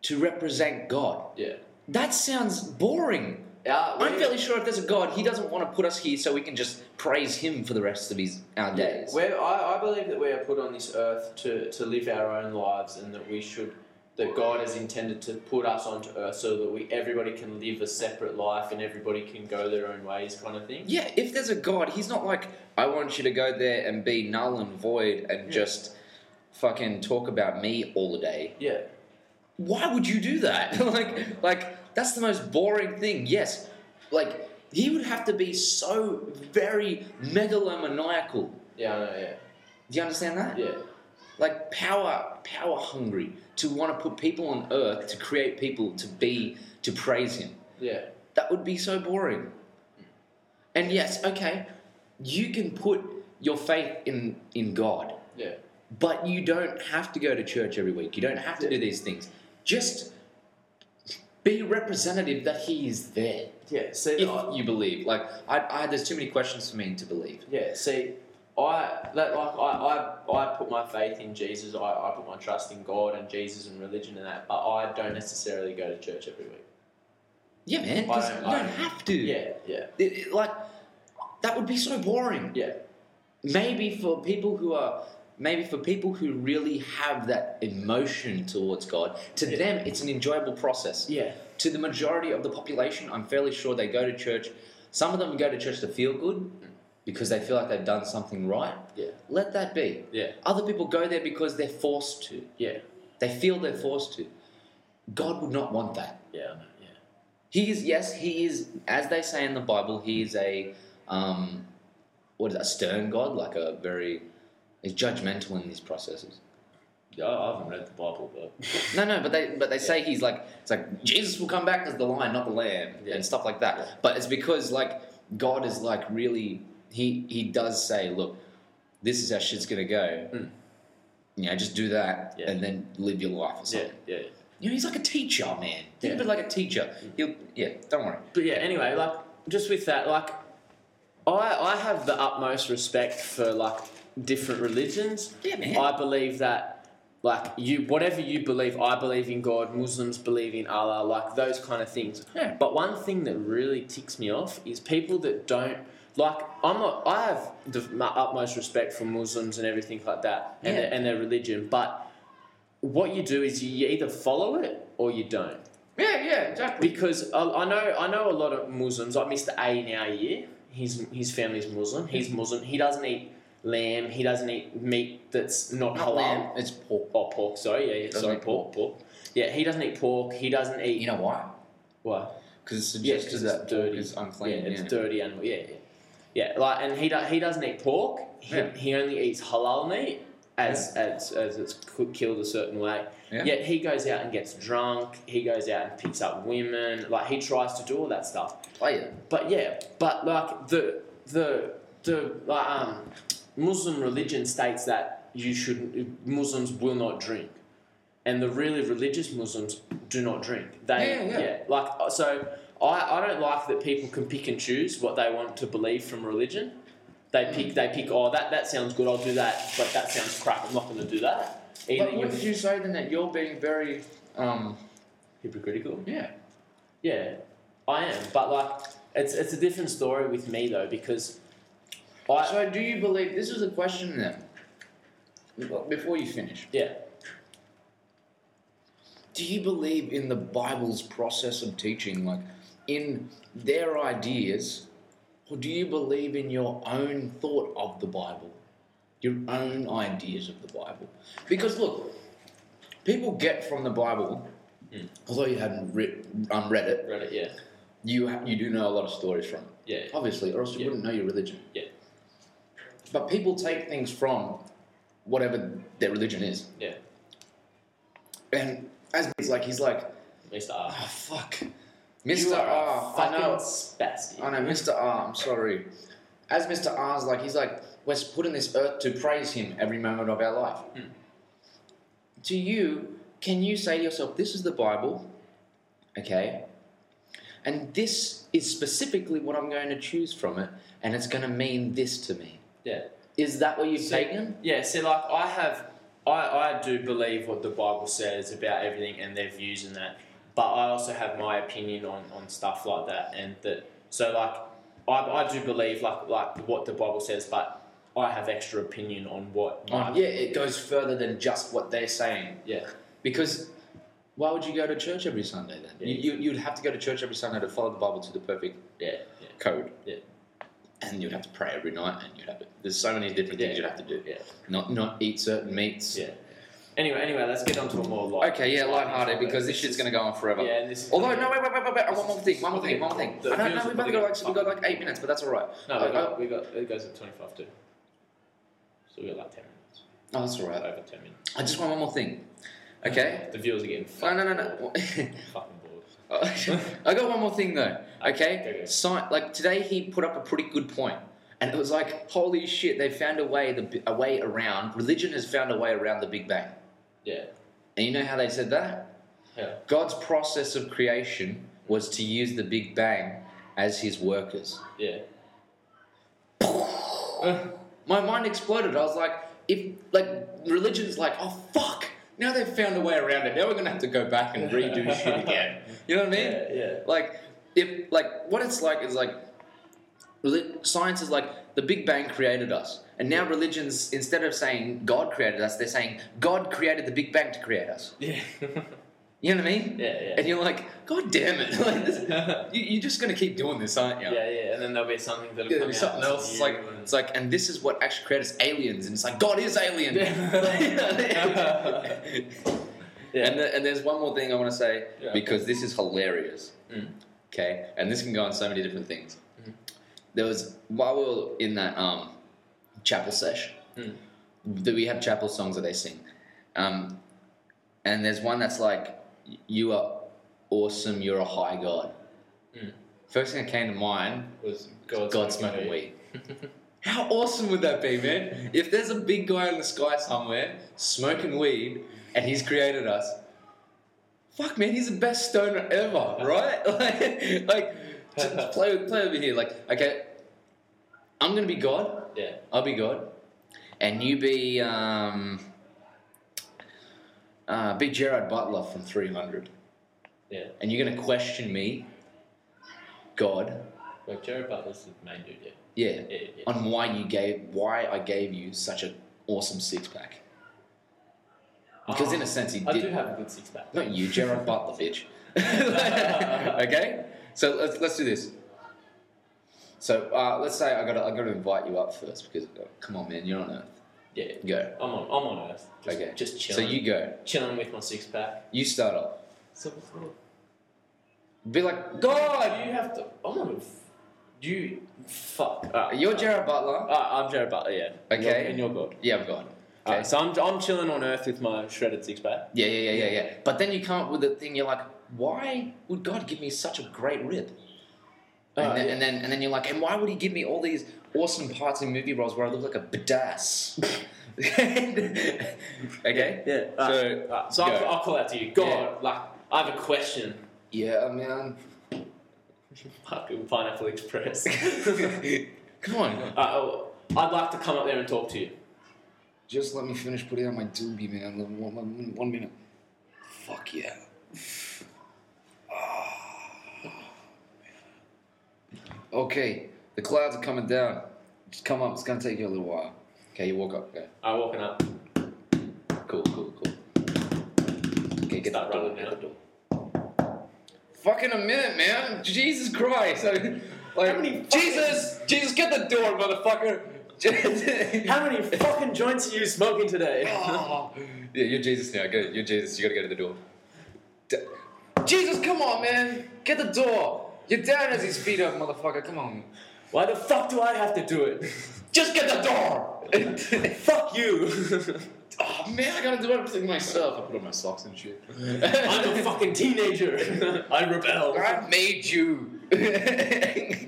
Speaker 1: to represent God.
Speaker 2: Yeah. Uh,
Speaker 1: That sounds boring.
Speaker 2: Yeah,
Speaker 1: I'm
Speaker 2: we-
Speaker 1: fairly sure if there's a God, he doesn't want to put us here so we can just praise him for the rest of his our days.
Speaker 2: We're, I, I believe that we are put on this earth to, to live our own lives and that we should that God has intended to put us onto earth so that we everybody can live a separate life and everybody can go their own ways kind of thing.
Speaker 1: Yeah, if there's a God, he's not like, I want you to go there and be null and void and just fucking talk about me all the day.
Speaker 2: Yeah.
Speaker 1: Why would you do that? like, like that's the most boring thing. Yes, like he would have to be so very megalomaniacal.
Speaker 2: Yeah, I know, yeah.
Speaker 1: Do you understand that?
Speaker 2: Yeah.
Speaker 1: Like power, power hungry to want to put people on earth to create people to be to praise him.
Speaker 2: Yeah.
Speaker 1: That would be so boring. And yes, okay, you can put your faith in in God,
Speaker 2: Yeah.
Speaker 1: but you don't have to go to church every week. You don't have to do these things. Just be representative that He is there.
Speaker 2: Yeah. See, I-
Speaker 1: If you believe, like I, I there's too many questions for me to believe.
Speaker 2: Yeah, see, I that like I, I, I put my faith in Jesus. I, I put my trust in God and Jesus and religion and that. But I don't necessarily go to church every week.
Speaker 1: Yeah, man,
Speaker 2: I
Speaker 1: 'cause
Speaker 2: don't-
Speaker 1: you
Speaker 2: I
Speaker 1: don't
Speaker 2: don't-
Speaker 1: have to.
Speaker 2: Yeah, yeah,
Speaker 1: It- it- like that would be so boring.
Speaker 2: yeah,
Speaker 1: Maybe for people who are maybe for people who really have that emotion towards God, to
Speaker 2: Yeah.
Speaker 1: them it's an enjoyable process.
Speaker 2: yeah,
Speaker 1: To the majority of the population, I'm fairly sure they go to church. Some of them go to church to feel good because they feel like they've done something right.
Speaker 2: yeah,
Speaker 1: Let that be.
Speaker 2: yeah,
Speaker 1: Other people go there because they're forced to.
Speaker 2: yeah,
Speaker 1: They feel they're forced to. God would not want that.
Speaker 2: yeah, I know, yeah,
Speaker 1: He is yes, he is as they say in the Bible, he is a um what is that, a stern God, like a very he's judgmental in these processes.
Speaker 2: yeah. I haven't read the Bible, but
Speaker 1: No, no, but they but they say he's like it's like Jesus will come back as the lion, not the lamb,
Speaker 2: Yeah.
Speaker 1: and stuff like that.
Speaker 2: Yeah.
Speaker 1: But it's because like God is like really he he does say, look, this is how shit's gonna go.
Speaker 2: Mm.
Speaker 1: You know, just do that
Speaker 2: Yeah.
Speaker 1: and then live your life or
Speaker 2: yeah,
Speaker 1: something.
Speaker 2: yeah.
Speaker 1: You know, he's like a teacher, man. Think
Speaker 2: Yeah. Mm.
Speaker 1: of it like a teacher. He'll yeah, don't worry.
Speaker 2: But yeah, anyway, like just with that, like I I have the utmost respect for like different religions.
Speaker 1: Yeah, man.
Speaker 2: I believe that like you whatever you believe, I believe in God, Muslims believe in Allah, like those kind of things.
Speaker 1: Yeah.
Speaker 2: But one thing that really ticks me off is people that don't like I'm not I have the my utmost respect for Muslims and everything like that and,
Speaker 1: Yeah.
Speaker 2: their, and their religion, but what you do is you either follow it or you don't.
Speaker 1: Yeah, yeah, exactly.
Speaker 2: Because I, I know I know a lot of Muslims. Like Mr. A in our year, his his family's Muslim. He's Muslim. He doesn't eat lamb. He doesn't eat meat that's not,
Speaker 1: Not
Speaker 2: halal.
Speaker 1: lamb, it's pork.
Speaker 2: Oh, pork. Sorry, yeah, yeah.
Speaker 1: Doesn't
Speaker 2: sorry,
Speaker 1: eat
Speaker 2: pork, pork, Yeah, he doesn't eat pork. He doesn't eat.
Speaker 1: You know why?
Speaker 2: what?
Speaker 1: Because it
Speaker 2: Yeah,
Speaker 1: suggests
Speaker 2: 'cause
Speaker 1: that
Speaker 2: it's
Speaker 1: pork
Speaker 2: dirty.
Speaker 1: is unclean.
Speaker 2: Yeah, it's
Speaker 1: yeah.
Speaker 2: dirty animal. Yeah, yeah, yeah. Like, and he do, he doesn't eat pork. He,
Speaker 1: Yeah.
Speaker 2: he only eats halal meat as as as it's c- killed a certain way.
Speaker 1: Yeah.
Speaker 2: Yet he goes out and gets drunk. He goes out and picks up women. Like he tries to do all that stuff.
Speaker 1: Play it.
Speaker 2: But yeah, but like the the the like, um, Muslim religion states that you should Muslims will not drink, and the really religious Muslims do not drink. They
Speaker 1: Yeah, yeah.
Speaker 2: like uh, so. I, I don't like that people can pick and choose what they want to believe from religion.
Speaker 1: Mm.
Speaker 2: They pick they pick oh that that sounds good I'll do that but that sounds crap I'm not going to do that. Either
Speaker 1: But
Speaker 2: you're
Speaker 1: would you say then that you're being very, um,
Speaker 2: hypocritical.
Speaker 1: yeah,
Speaker 2: Yeah, I am. But like, it's it's a different story with me though because I
Speaker 1: So do you believe this is a question then? Before you finish,
Speaker 2: yeah
Speaker 1: do you believe in the Bible's process of teaching? Like, in their ideas, or do you believe in your own thought of the Bible? Your own ideas of the Bible? Because look, people get from the Bible, although you haven't re- um, read it,
Speaker 2: Read it, yeah.
Speaker 1: you, ha- you do know a lot of stories from it.
Speaker 2: Yeah.
Speaker 1: Obviously, or else you
Speaker 2: Yeah.
Speaker 1: wouldn't know your religion.
Speaker 2: Yeah.
Speaker 1: But people take things from whatever their religion is.
Speaker 2: Yeah.
Speaker 1: And as he's like, he's like,
Speaker 2: Mr. R.
Speaker 1: oh, fuck.
Speaker 2: uh, You
Speaker 1: Mr.
Speaker 2: are a
Speaker 1: R, I
Speaker 2: fucking
Speaker 1: know,
Speaker 2: spastic.
Speaker 1: I know, Mr. R, I'm sorry. As Mr. R's like, he's like, we're put on this earth to praise him every moment of our life. To you, can you say to yourself, this is the Bible, okay, and this is specifically what I'm going to choose from it, and it's going to mean this to me?
Speaker 2: Yeah.
Speaker 1: Is that what you've
Speaker 2: So-
Speaker 1: taken?
Speaker 2: Yeah, see, like I have, I, I do believe what the Bible says about everything and their views and that, but I also have my opinion on, on stuff like that and that. So like, I, I do believe like like what the Bible says, but I have extra opinion on what.
Speaker 1: Oh,
Speaker 2: My,
Speaker 1: yeah, it goes further than just what they're saying.
Speaker 2: yeah,
Speaker 1: Because why would you go to church every Sunday then? You, you, you'd have to go to church every Sunday to follow the Bible to the perfect
Speaker 2: yeah, yeah,
Speaker 1: code.
Speaker 2: Yeah.
Speaker 1: And you'd have to pray every night, and you'd have to, there's so many different things
Speaker 2: Yeah.
Speaker 1: you'd have to do.
Speaker 2: yeah.
Speaker 1: Not not eat certain meats.
Speaker 2: Yeah. Anyway, anyway, let's get on to a more light.
Speaker 1: Okay, yeah, lighthearted because this shit's
Speaker 2: is-
Speaker 1: gonna go on forever.
Speaker 2: Yeah, and this is
Speaker 1: Although no, wait, wait, wait, wait, wait. I want one more thing, one more
Speaker 2: Okay,
Speaker 1: thing, one more thing.
Speaker 2: the
Speaker 1: I don't
Speaker 2: views
Speaker 1: know.
Speaker 2: are
Speaker 1: We've only
Speaker 2: gonna
Speaker 1: got
Speaker 2: get
Speaker 1: like we got like eight minutes, but that's Uh, all right.
Speaker 2: No,
Speaker 1: I-
Speaker 2: we
Speaker 1: I-
Speaker 2: got, we got it goes at twenty five too. So we got like ten minutes.
Speaker 1: oh, that's all right.
Speaker 2: Over ten minutes.
Speaker 1: I just want one more thing. Okay.
Speaker 2: The viewers are getting.
Speaker 1: No,
Speaker 2: fucking
Speaker 1: no, no,
Speaker 2: bored.
Speaker 1: no.
Speaker 2: Fucking bored.
Speaker 1: Oh, I got one more thing though.
Speaker 2: Okay,
Speaker 1: Okay,
Speaker 2: go.
Speaker 1: Sci like today he put up a pretty good point, and it was like, holy shit, they found a way the bi- a way around. Religion has found a way around the Big Bang,
Speaker 2: Yeah.
Speaker 1: and you know how they said that?
Speaker 2: Yeah.
Speaker 1: God's process of creation was to use the Big Bang as His workers.
Speaker 2: Yeah.
Speaker 1: My mind exploded. I was like, if like religion's like, oh fuck, now they've found a way around it. Now we're gonna have to go back and redo shit again. You know what I mean?
Speaker 2: Yeah, yeah.
Speaker 1: Like if like what it's like is like reli- science is like the Big Bang created us, and now religions instead of saying God created us, they're saying God created the Big Bang to create us.
Speaker 2: Yeah.
Speaker 1: You know what I mean?
Speaker 2: Yeah, yeah.
Speaker 1: And you're like, God damn it! like, this,
Speaker 2: yeah,
Speaker 1: you, you're just gonna keep doing this, aren't you?
Speaker 2: yeah. And then there'll be something that'll
Speaker 1: Yeah,
Speaker 2: come
Speaker 1: there'll be something
Speaker 2: out
Speaker 1: else. It's
Speaker 2: new
Speaker 1: like
Speaker 2: and-
Speaker 1: it's like, and this is what actually created us aliens, and it's like God is alien.
Speaker 2: Yeah. yeah.
Speaker 1: And, the, and there's one more thing I want to say
Speaker 2: Yeah.
Speaker 1: because this is hilarious.
Speaker 2: Mm.
Speaker 1: Okay, and this can go on so many different things. There was while we were in that um, chapel sesh,
Speaker 2: Mm.
Speaker 1: that we have chapel songs that they sing, um, and there's one that's like, "You are awesome. You're a high god."
Speaker 2: Mm.
Speaker 1: First thing that came to mind
Speaker 2: was God,
Speaker 1: God smoking weed. How awesome would that be, man? If there's a big guy in the sky somewhere smoking weed and he's created us, fuck, man, he's the best stoner ever, right? like, like just play, with- play over here. Like, okay, I'm gonna be God.
Speaker 2: Yeah.
Speaker 1: I'll be God, and you be um, uh, be Gerard Butler from 300,
Speaker 2: Yeah.
Speaker 1: and you're gonna question me, God.
Speaker 2: Well, Jerry Butler's the main dude. Yeah.
Speaker 1: Yeah,
Speaker 2: Yeah. yeah.
Speaker 1: on why you gave why I gave you such an awesome six pack. Because in a sense he
Speaker 2: Oh, I do
Speaker 1: did.
Speaker 2: have a good six pack.
Speaker 1: Not you, Gerard Butler, bitch. okay, so let's let's do this. So uh, let's say I got to I got to invite you up first because uh, come on, man, you're on Earth.
Speaker 2: Yeah.
Speaker 1: Go.
Speaker 2: I'm on. I'm on Earth. Just,
Speaker 1: okay.
Speaker 2: Just
Speaker 1: So
Speaker 2: chilling.
Speaker 1: you go.
Speaker 2: chilling with my six pack.
Speaker 1: You start off.
Speaker 2: So what's wrong?
Speaker 1: Be like God.
Speaker 2: You have to. I'm on. a f- You fuck. Alright.
Speaker 1: You're Gerard Butler.
Speaker 2: Alright, I'm Jerry Butler. Yeah.
Speaker 1: Okay.
Speaker 2: You're- and you're God.
Speaker 1: Yeah, I'm God. Okay.
Speaker 2: Alright, so I'm I'm chilling on Earth with my shredded six pack.
Speaker 1: Yeah, yeah, yeah, yeah, yeah. But then you come up with a thing. You're like, why would God give me such a great rib? and,
Speaker 2: Uh,
Speaker 1: then,
Speaker 2: yeah.
Speaker 1: and then and then you're like, and why would he give me all these awesome parts in movie roles where I look like a badass? okay.
Speaker 2: Yeah.
Speaker 1: So,
Speaker 2: So, uh, so
Speaker 1: go.
Speaker 2: I'll, I'll call out to you. God, like, I have a question.
Speaker 1: Yeah, man.
Speaker 2: Fucking Pineapple Express.
Speaker 1: Come on,
Speaker 2: Uh, oh, I'd like to come up there and talk to you.
Speaker 1: just let me finish putting on my doobie, man. One, one- one minute. Fuck yeah. Ah, Okay, the clouds are coming down. Just come up. It's gonna take you a little while. Okay, you walk up. Okay.
Speaker 2: I'm walking up.
Speaker 1: Cool, cool, cool. Okay, get
Speaker 2: Start
Speaker 1: the door.
Speaker 2: running
Speaker 1: Get
Speaker 2: now.
Speaker 1: the door. fucking a minute, man. Jesus Christ. I- like,
Speaker 2: How many fucking-
Speaker 1: Jesus, Jesus, get the door, motherfucker.
Speaker 2: How many fucking joints are you smoking today?
Speaker 1: Oh. Yeah, you're Jesus now. Go, you're Jesus. You gotta go to the door. D- Jesus, come on, man. Get the door. Your dad has his feet up, motherfucker. Come on.
Speaker 2: Why the fuck do I have to do it?
Speaker 1: Just get the door.
Speaker 2: fuck you.
Speaker 1: oh man, I gotta do everything myself. I put on my socks and shit.
Speaker 2: I'm a fucking teenager. I rebel.
Speaker 1: I made you.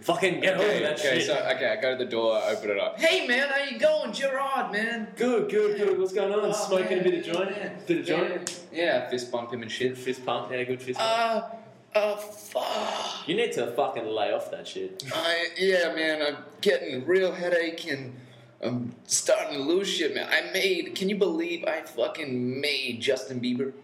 Speaker 2: Fucking get over
Speaker 1: okay,
Speaker 2: that
Speaker 1: okay,
Speaker 2: shit.
Speaker 1: so okay, I go to the door, I open it up. Hey man, how you going, Gerard, man?
Speaker 2: Good, good, good. What's going on? Smoking a bit of joint. Bit of joint.
Speaker 1: Yeah, fist bump him and shit.
Speaker 2: Fist pump. Yeah, good fist pump.
Speaker 1: Uh, uh, fuck.
Speaker 2: You need to fucking lay off that shit.
Speaker 1: I yeah, man, I'm getting a real headache and I'm starting to lose shit, man. I made. Can you believe I fucking made Justin Bieber?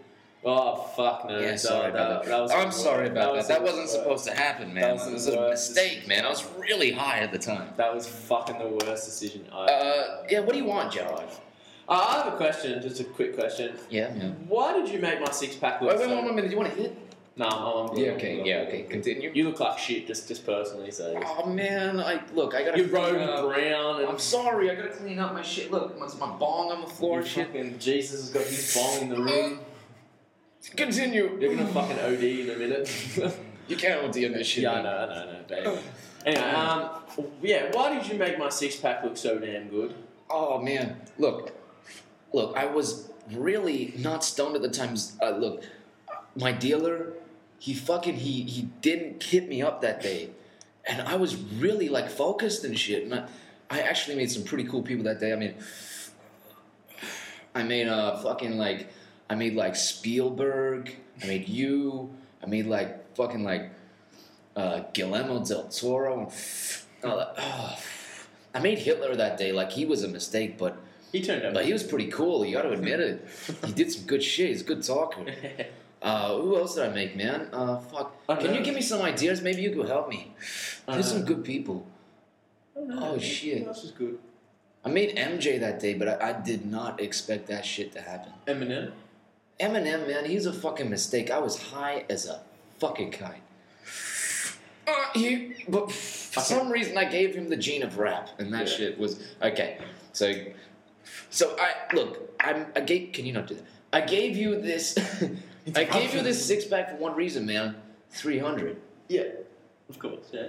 Speaker 2: Oh fuck no.
Speaker 1: Yeah,
Speaker 2: that-
Speaker 1: sorry about Uh, that.
Speaker 2: that was-
Speaker 1: I'm sorry about that. That wasn't
Speaker 2: that was-
Speaker 1: supposed to happen,
Speaker 2: That
Speaker 1: man.
Speaker 2: was
Speaker 1: It
Speaker 2: the
Speaker 1: was a
Speaker 2: worst
Speaker 1: mistake,
Speaker 2: decision.
Speaker 1: man. I was really high at the time.
Speaker 2: That was fucking the worst decision I. Uh,
Speaker 1: Uh, yeah. What do you want, Gerard?
Speaker 2: I have a question. Just a quick question.
Speaker 1: Yeah, man.
Speaker 2: Why did you make my six pack look?
Speaker 1: Oh, Wait,
Speaker 2: so-
Speaker 1: wait, one minute. Do you want to hit?
Speaker 2: Nah, I'm- I'm good,
Speaker 1: Yeah.
Speaker 2: I'm
Speaker 1: Okay.
Speaker 2: good,
Speaker 1: Yeah.
Speaker 2: I'm
Speaker 1: Okay.
Speaker 2: good.
Speaker 1: Continue.
Speaker 2: You look like shit, just just personally. So
Speaker 1: Oh man, I look. I Oh, gotta.
Speaker 2: you're
Speaker 1: clean
Speaker 2: Roman
Speaker 1: up.
Speaker 2: Brown and
Speaker 1: I'm sorry. I gotta clean up my shit. Look, it's my bong on the floor.
Speaker 2: you
Speaker 1: and Shit.
Speaker 2: fucking Jesus has got his bong in the room.
Speaker 1: Continue.
Speaker 2: You're gonna fucking OD in a minute.
Speaker 1: You can't do that shit.
Speaker 2: yeah, I
Speaker 1: man.
Speaker 2: know, I know, I know. But anyway. anyway, um, yeah. Why did you make my six pack look so damn good?
Speaker 1: Oh man, look, look, I was really not stoned at the time. Uh, look, my dealer, he fucking he he didn't hit me up that day, and I was really like focused and shit. And I, I actually made some pretty cool people that day. I mean, I made uh fucking like I made like Spielberg. I made you. I made like fucking like uh, Guillermo del Toro. And all that. I made Hitler that day. Like he was a mistake, but
Speaker 2: He turned out.
Speaker 1: but he was pretty cool. You got to admit it. He did some good shit. He's a good talker. Uh, who else did I make, man? Uh, fuck.
Speaker 2: I don't
Speaker 1: Can
Speaker 2: know.
Speaker 1: you give me some ideas? Maybe you could help me.
Speaker 2: I
Speaker 1: There's
Speaker 2: don't
Speaker 1: some good people. Oh shit!
Speaker 2: This is good.
Speaker 1: I made MJ that day, but I, I did not expect that shit to happen.
Speaker 2: Eminem.
Speaker 1: Eminem, man, he's a fucking mistake. I was high as a fucking kite. Uh, he, but for some reason, I gave him the gene of rap, and that
Speaker 2: Yeah.
Speaker 1: shit was okay. So, so I look. I'm. I gave. Can you not do that? I gave you this. I gave you this six pack for one reason, man. Three hundred.
Speaker 2: Yeah, of course. Yeah. yeah.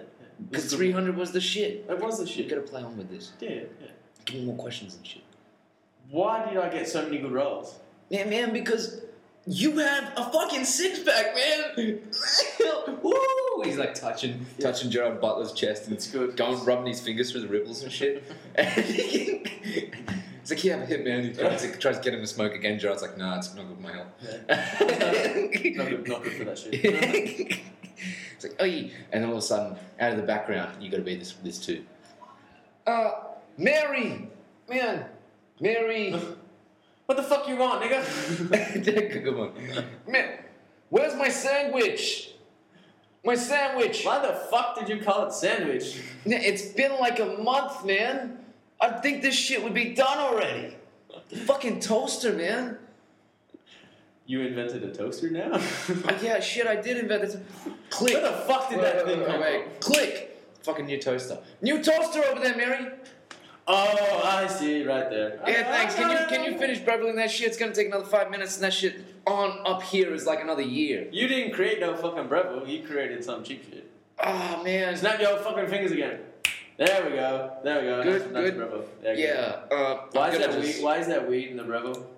Speaker 1: Because three hundred was the shit.
Speaker 2: It was the
Speaker 1: You
Speaker 2: shit.
Speaker 1: gotta play on with this.
Speaker 2: Yeah, yeah.
Speaker 1: Give me more questions and shit.
Speaker 2: Why did I get so many good roles?
Speaker 1: Man, man, because you have a fucking six pack, man. Woo! He's like touching, touching Gerard Butler's chest, and it's
Speaker 2: good.
Speaker 1: Going rubbing his fingers through the ripples and shit. It's like, yeah, I'm a hit man. He tries to, tries to get him to smoke again. Gerard's like, nah, it's not good for my health.
Speaker 2: Not good, not good for that shit.
Speaker 1: it's like, oh, and then all of a sudden, out of the background, you got to be this, this too. Uh, Mary, man, Mary.
Speaker 2: what the fuck you want, nigga?
Speaker 1: Good one. Man, where's my sandwich? My sandwich.
Speaker 2: Why the fuck did you call it sandwich?
Speaker 1: Man, It's been like a month, man. I think this shit would be done already. Fucking toaster, man.
Speaker 2: You invented a toaster now? Where
Speaker 1: Uh, yeah, shit, I did invent this. Click.
Speaker 2: the fuck did
Speaker 1: Wait,
Speaker 2: that
Speaker 1: wait,
Speaker 2: thing
Speaker 1: wait,
Speaker 2: come
Speaker 1: wait.
Speaker 2: from?
Speaker 1: Click. Fucking new toaster. New toaster over there, Mary.
Speaker 2: Oh, I see, right there.
Speaker 1: Yeah, thanks. Can you can you finish bubbling that shit? It's gonna take another five minutes, and that shit on up here is like another year.
Speaker 2: You didn't create no fucking Breville. You created some cheap shit.
Speaker 1: Oh man.
Speaker 2: Snap your fucking fingers again. There we go. There we go.
Speaker 1: Good,
Speaker 2: That's- that's
Speaker 1: good.
Speaker 2: Breville. There you go.
Speaker 1: Yeah. Uh,
Speaker 2: Why
Speaker 1: I'm
Speaker 2: is
Speaker 1: gonna
Speaker 2: that
Speaker 1: just-
Speaker 2: weed? Why is that weed in the Breville?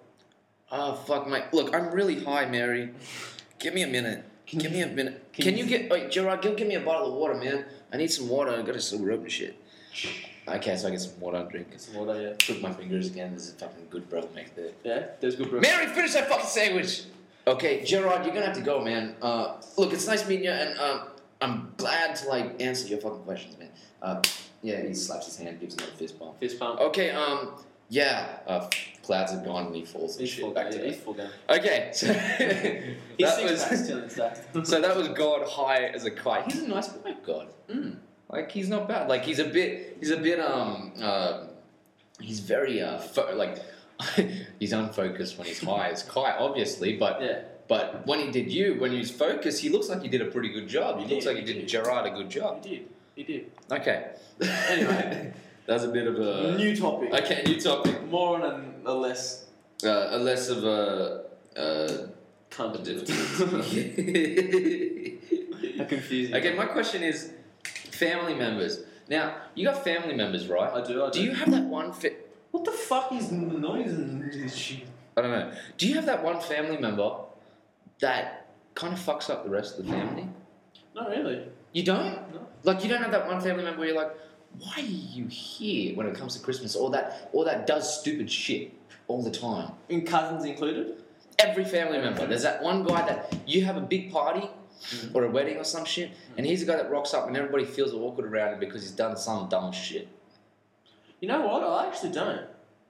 Speaker 1: Oh fuck my look, I'm really high, Mary. Give me a minute. give me a minute. Can,
Speaker 2: can
Speaker 1: you,
Speaker 2: you-
Speaker 1: get wait, Gerard, go give me a bottle of water, man. I need some water, I gotta sober up and shit. Okay, so I get some water and drink.
Speaker 2: Some water, yeah.
Speaker 1: Took my fingers again, this is fucking good bro make there.
Speaker 2: Yeah, there's good Breville.
Speaker 1: Mary, finish that fucking sandwich! Okay, Gerard, you're gonna have to go, man. Uh look, it's nice meeting you and um I'm glad to like answer your fucking questions, man. Uh yeah, he slaps his hand, gives another fist bump.
Speaker 2: Fist pump.
Speaker 1: Okay, um, yeah, uh, clouds are gone and he falls and
Speaker 2: He's full
Speaker 1: shit
Speaker 2: guy.
Speaker 1: back
Speaker 2: yeah,
Speaker 1: to
Speaker 2: He's
Speaker 1: earth.
Speaker 2: full guy.
Speaker 1: Okay, so that
Speaker 2: He's six packs
Speaker 1: was
Speaker 2: still intact.
Speaker 1: so that was God high as a kite. He's a nice guy, God.
Speaker 2: Mm.
Speaker 1: Like he's not bad. Like he's a bit. He's a bit. Um. Uh, he's very. Uh. Fo- like he's unfocused when he's high as kite, obviously. But
Speaker 2: Yeah.
Speaker 1: But when he did you, when he was focused, he looks like he did a pretty good job. He,
Speaker 4: He
Speaker 1: looks
Speaker 4: did,
Speaker 1: like he
Speaker 4: he
Speaker 1: did
Speaker 4: did.
Speaker 1: Gerard a good job.
Speaker 4: He did. He did.
Speaker 1: Okay.
Speaker 4: Anyway.
Speaker 1: that's a bit of a
Speaker 4: New topic.
Speaker 1: okay new topic.
Speaker 4: More on a, a less
Speaker 1: Uh, a less of a. Uh,
Speaker 4: competent. I
Speaker 1: okay,
Speaker 4: confuse you.
Speaker 1: my question is family members. Now, you got family members, right?
Speaker 4: I do. I do.
Speaker 1: Do you have that one fa-
Speaker 4: What the fuck is the noise in this shit?
Speaker 1: I don't know. Do you have that one family member that kind of fucks up the rest of the family?
Speaker 4: Not really.
Speaker 1: You don't?
Speaker 4: No.
Speaker 1: Like you don't have that one family member where you're like, why are you here when it comes to Christmas? Or that or that does stupid shit all the time.
Speaker 4: In cousins included.
Speaker 1: Every family member. There's that one guy that you have a big party
Speaker 4: Mm-hmm.
Speaker 1: or a wedding or some shit, and he's the guy that rocks up and everybody feels awkward around him because he's done some dumb shit.
Speaker 4: You know what? I actually don't.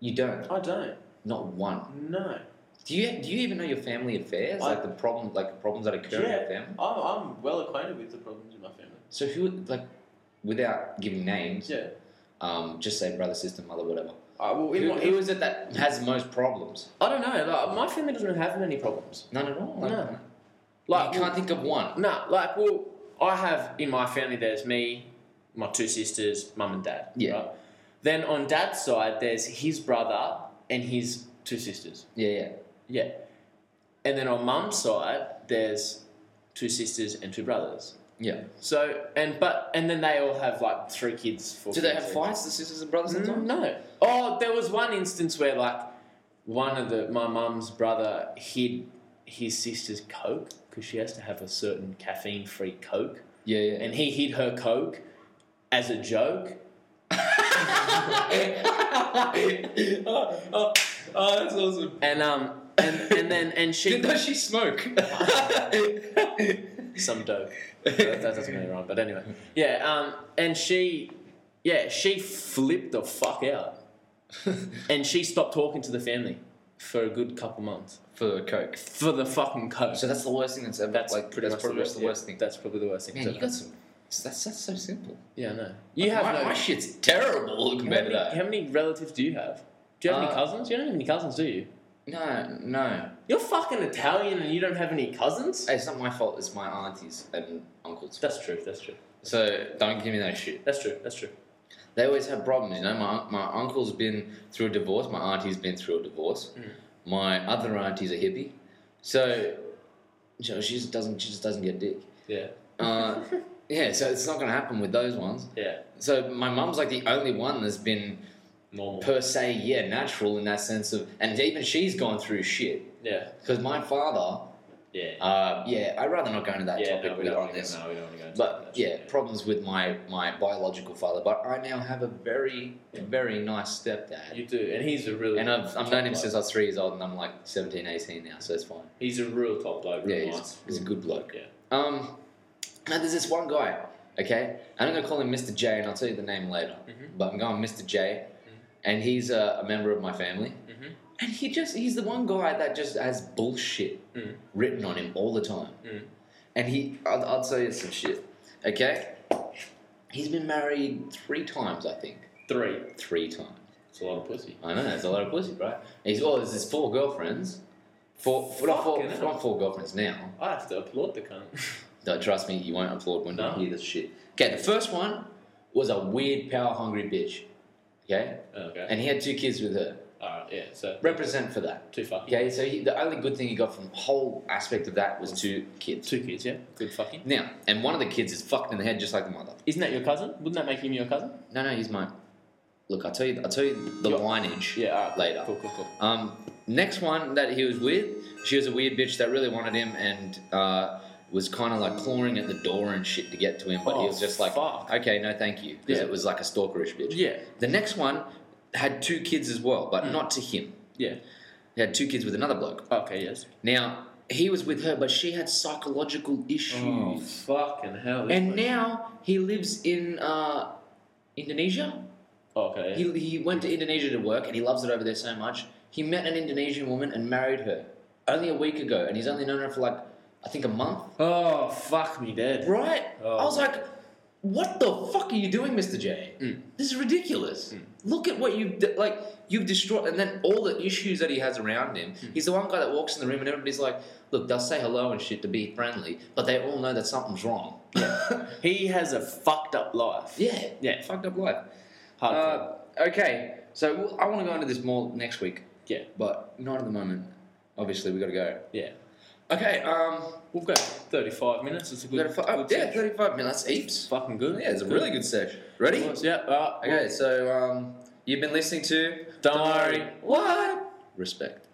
Speaker 1: You don't.
Speaker 4: I don't.
Speaker 1: Not one.
Speaker 4: No.
Speaker 1: Do you do you even know your family affairs?
Speaker 4: I-
Speaker 1: like the problem like the problems that occur in your
Speaker 4: Yeah.
Speaker 1: family?
Speaker 4: I'm, I'm well acquainted with the problems in my family.
Speaker 1: So if you would like without giving names,
Speaker 4: Yeah.
Speaker 1: um, just say brother, sister, mother, whatever.
Speaker 4: Uh, well, in
Speaker 1: Who,
Speaker 4: my,
Speaker 1: who is it that has the most problems?
Speaker 4: I don't know. Like, my family doesn't have many problems.
Speaker 1: None at all.
Speaker 4: No.
Speaker 1: Like
Speaker 4: Like,
Speaker 1: you can't think of one.
Speaker 4: No, like, well,
Speaker 2: I have in my family there's me, my two sisters, mum and dad.
Speaker 1: Yeah.
Speaker 2: right? Then on dad's side there's his brother and his two sisters.
Speaker 1: Yeah, yeah.
Speaker 2: Yeah. And then on mum's side there's two sisters and two brothers.
Speaker 1: Yeah.
Speaker 2: So and but and then they all have like three kids. Four
Speaker 1: Do they
Speaker 2: kids,
Speaker 1: have
Speaker 2: or-
Speaker 1: fights, the sisters and brothers sometimes?
Speaker 2: No. Mm. Oh, there was one instance where like one of the my mum's brother hid his sister's coke because she has to have a certain caffeine-free coke,
Speaker 1: Yeah, yeah.
Speaker 2: and he hid her coke as a joke.
Speaker 1: oh, oh, oh, that's awesome.
Speaker 2: And um and, and then and she
Speaker 1: Did, does she smoke?
Speaker 2: some dope. that, that doesn't really rhyme, but anyway. Yeah, um and she yeah, she flipped the fuck out. and she stopped talking to the family for a good couple months.
Speaker 1: For coke.
Speaker 2: For the fucking coke.
Speaker 1: So that's the worst thing that's ever.
Speaker 2: That's
Speaker 1: like
Speaker 2: pretty
Speaker 1: that's
Speaker 2: much
Speaker 1: probably
Speaker 2: the worst,
Speaker 1: the worst
Speaker 2: yeah,
Speaker 1: thing.
Speaker 2: That's probably the worst thing.
Speaker 1: Man,
Speaker 2: that's
Speaker 1: you
Speaker 2: ever
Speaker 1: got some. That's that's so simple.
Speaker 2: happened. Yeah, no. You have
Speaker 1: my,
Speaker 2: no.
Speaker 1: my shit's terrible
Speaker 2: how,
Speaker 1: compared
Speaker 2: many,
Speaker 1: to that.
Speaker 2: how many relatives do you have? Do you have
Speaker 1: Uh,
Speaker 2: any cousins? You don't have any cousins, do you?
Speaker 1: No, no.
Speaker 2: You're fucking Italian and you don't have any cousins.
Speaker 1: Hey, it's not my fault. It's my aunties and uncles.
Speaker 2: That's true. That's true.
Speaker 1: So don't give me that shit.
Speaker 2: That's true. That's true.
Speaker 1: They always have problems. You know, my my uncle's been through a divorce. My auntie's been through a divorce.
Speaker 2: Hmm.
Speaker 1: My other auntie's a hippie, so you know, she just doesn't she just doesn't get dick.
Speaker 2: Yeah.
Speaker 1: Uh, yeah, so it's not gonna happen with those ones.
Speaker 2: Yeah.
Speaker 1: So my mum's like the only one that's been
Speaker 2: Normal.
Speaker 1: per se yeah natural in that sense of, and even she's gone through shit
Speaker 2: Yeah.
Speaker 1: because my father.
Speaker 2: Yeah.
Speaker 1: Uh, yeah, I'd rather not go into that
Speaker 2: yeah.
Speaker 1: Uh, topic
Speaker 2: no, we
Speaker 1: with-
Speaker 2: don't
Speaker 1: on
Speaker 2: want to
Speaker 1: this.
Speaker 2: go. No, we don't want to go. into
Speaker 1: But
Speaker 2: that
Speaker 1: yeah,
Speaker 2: shit.
Speaker 1: problems with my my biological father. But I now have a very very nice stepdad,
Speaker 2: You do, and he's a real.
Speaker 1: and I've I've
Speaker 2: top
Speaker 1: known him
Speaker 2: bloke.
Speaker 1: since I was three years old, and I'm like 17, 18 now, so it's fine.
Speaker 2: He's a real top bloke.
Speaker 1: Yeah,
Speaker 2: Real
Speaker 1: he's,
Speaker 2: nice.
Speaker 1: he's a good bloke.
Speaker 2: Yeah.
Speaker 1: Um, now there's this one guy. Okay, I'm gonna call him Mr. J, and I'll tell you the name later.
Speaker 2: Mm-hmm.
Speaker 1: But I'm going Mr. J, and he's a, a member of my family.
Speaker 2: Mhm.
Speaker 1: And he just—he's the one guy that just has bullshit
Speaker 2: Mm.
Speaker 1: written on him all the time.
Speaker 2: Mm.
Speaker 1: And he—I'll I'll tell you some shit. Okay, he's been married three times, I think.
Speaker 2: Three.
Speaker 1: Three times.
Speaker 2: It's a lot of pussy.
Speaker 1: I know that's a lot of pussy, right? And he's oh, there's his four girlfriends. Four, four, not four,
Speaker 2: Fucking hell.
Speaker 1: not four girlfriends now.
Speaker 2: I have to applaud the cunt.
Speaker 1: No, trust me, you won't applaud when
Speaker 2: No.
Speaker 1: you hear this shit. Okay, the first one was a weird, power hungry bitch. Okay?
Speaker 2: okay.
Speaker 1: And he had two kids with her.
Speaker 2: All right. Yeah. So
Speaker 1: Represent for that.
Speaker 2: two fucking.
Speaker 1: Okay, so he, the only good thing he got from the whole aspect of that was two kids.
Speaker 2: Two kids. Yeah. Good fucking.
Speaker 1: Now, and one of the kids is fucked in the head just like the mother.
Speaker 2: Isn't that your cousin? Wouldn't that make him your cousin?
Speaker 1: No, no, he's mine. Look, I'll tell you, I'll tell you the
Speaker 2: Yeah.
Speaker 1: lineage
Speaker 2: all right,
Speaker 1: uh, later.
Speaker 2: Cool, cool, cool.
Speaker 1: Um, next one that he was with, she was a weird bitch that really wanted him and uh, was kind of like clawing at the door and shit to get to him, but he
Speaker 2: Oh,
Speaker 1: was just like,
Speaker 2: fuck.
Speaker 1: okay, no, thank you, because
Speaker 2: Yeah.
Speaker 1: it was like a stalkerish bitch.
Speaker 2: Yeah, Mm.
Speaker 1: The next one had two kids as well, but not to him.
Speaker 2: yeah.
Speaker 1: He had two kids with another bloke.
Speaker 2: Okay, yes.
Speaker 1: Now he was with her, but she had psychological issues,
Speaker 2: fucking hell.
Speaker 1: Oh, and now he lives in uh, Indonesia.
Speaker 2: Oh, okay.
Speaker 1: He, he went to Indonesia to work and he loves it over there so much. He met an Indonesian woman and married her only a week ago, and he's only known her for like, I think a month.
Speaker 2: oh, fuck me dead.
Speaker 1: Right?
Speaker 2: Oh.
Speaker 1: I was like, what the fuck are you doing, Mr. J?
Speaker 2: Mm.
Speaker 1: This is ridiculous. Look at what you've de- like you've destroyed, and then all the issues that he has around him.
Speaker 2: Mm.
Speaker 1: He's the one guy that walks in the room and everybody's like, "Look, they'll say hello and shit to be friendly, but they all know that something's wrong." Yeah,
Speaker 2: He has a fucked up life.
Speaker 1: yeah,
Speaker 2: Yeah.
Speaker 1: fucked up life.
Speaker 2: Hardcore.
Speaker 1: Uh, okay, so w- I want to go into this more next week,
Speaker 2: yeah.
Speaker 1: but not at the moment. Obviously, we got to go.
Speaker 2: Yeah.
Speaker 1: Okay, um,
Speaker 2: We'll go 35 minutes. It's a
Speaker 1: we
Speaker 2: good,
Speaker 1: gotta fi- oh,
Speaker 2: good
Speaker 1: yeah,
Speaker 2: section.
Speaker 1: thirty-five minutes. That's heaps.
Speaker 2: Fucking good.
Speaker 1: Yeah, it's a really good section. Ready?
Speaker 2: Nice, Yeah. All right.
Speaker 1: Okay, so um, you've been listening to
Speaker 2: Don't worry.
Speaker 1: What? Respect.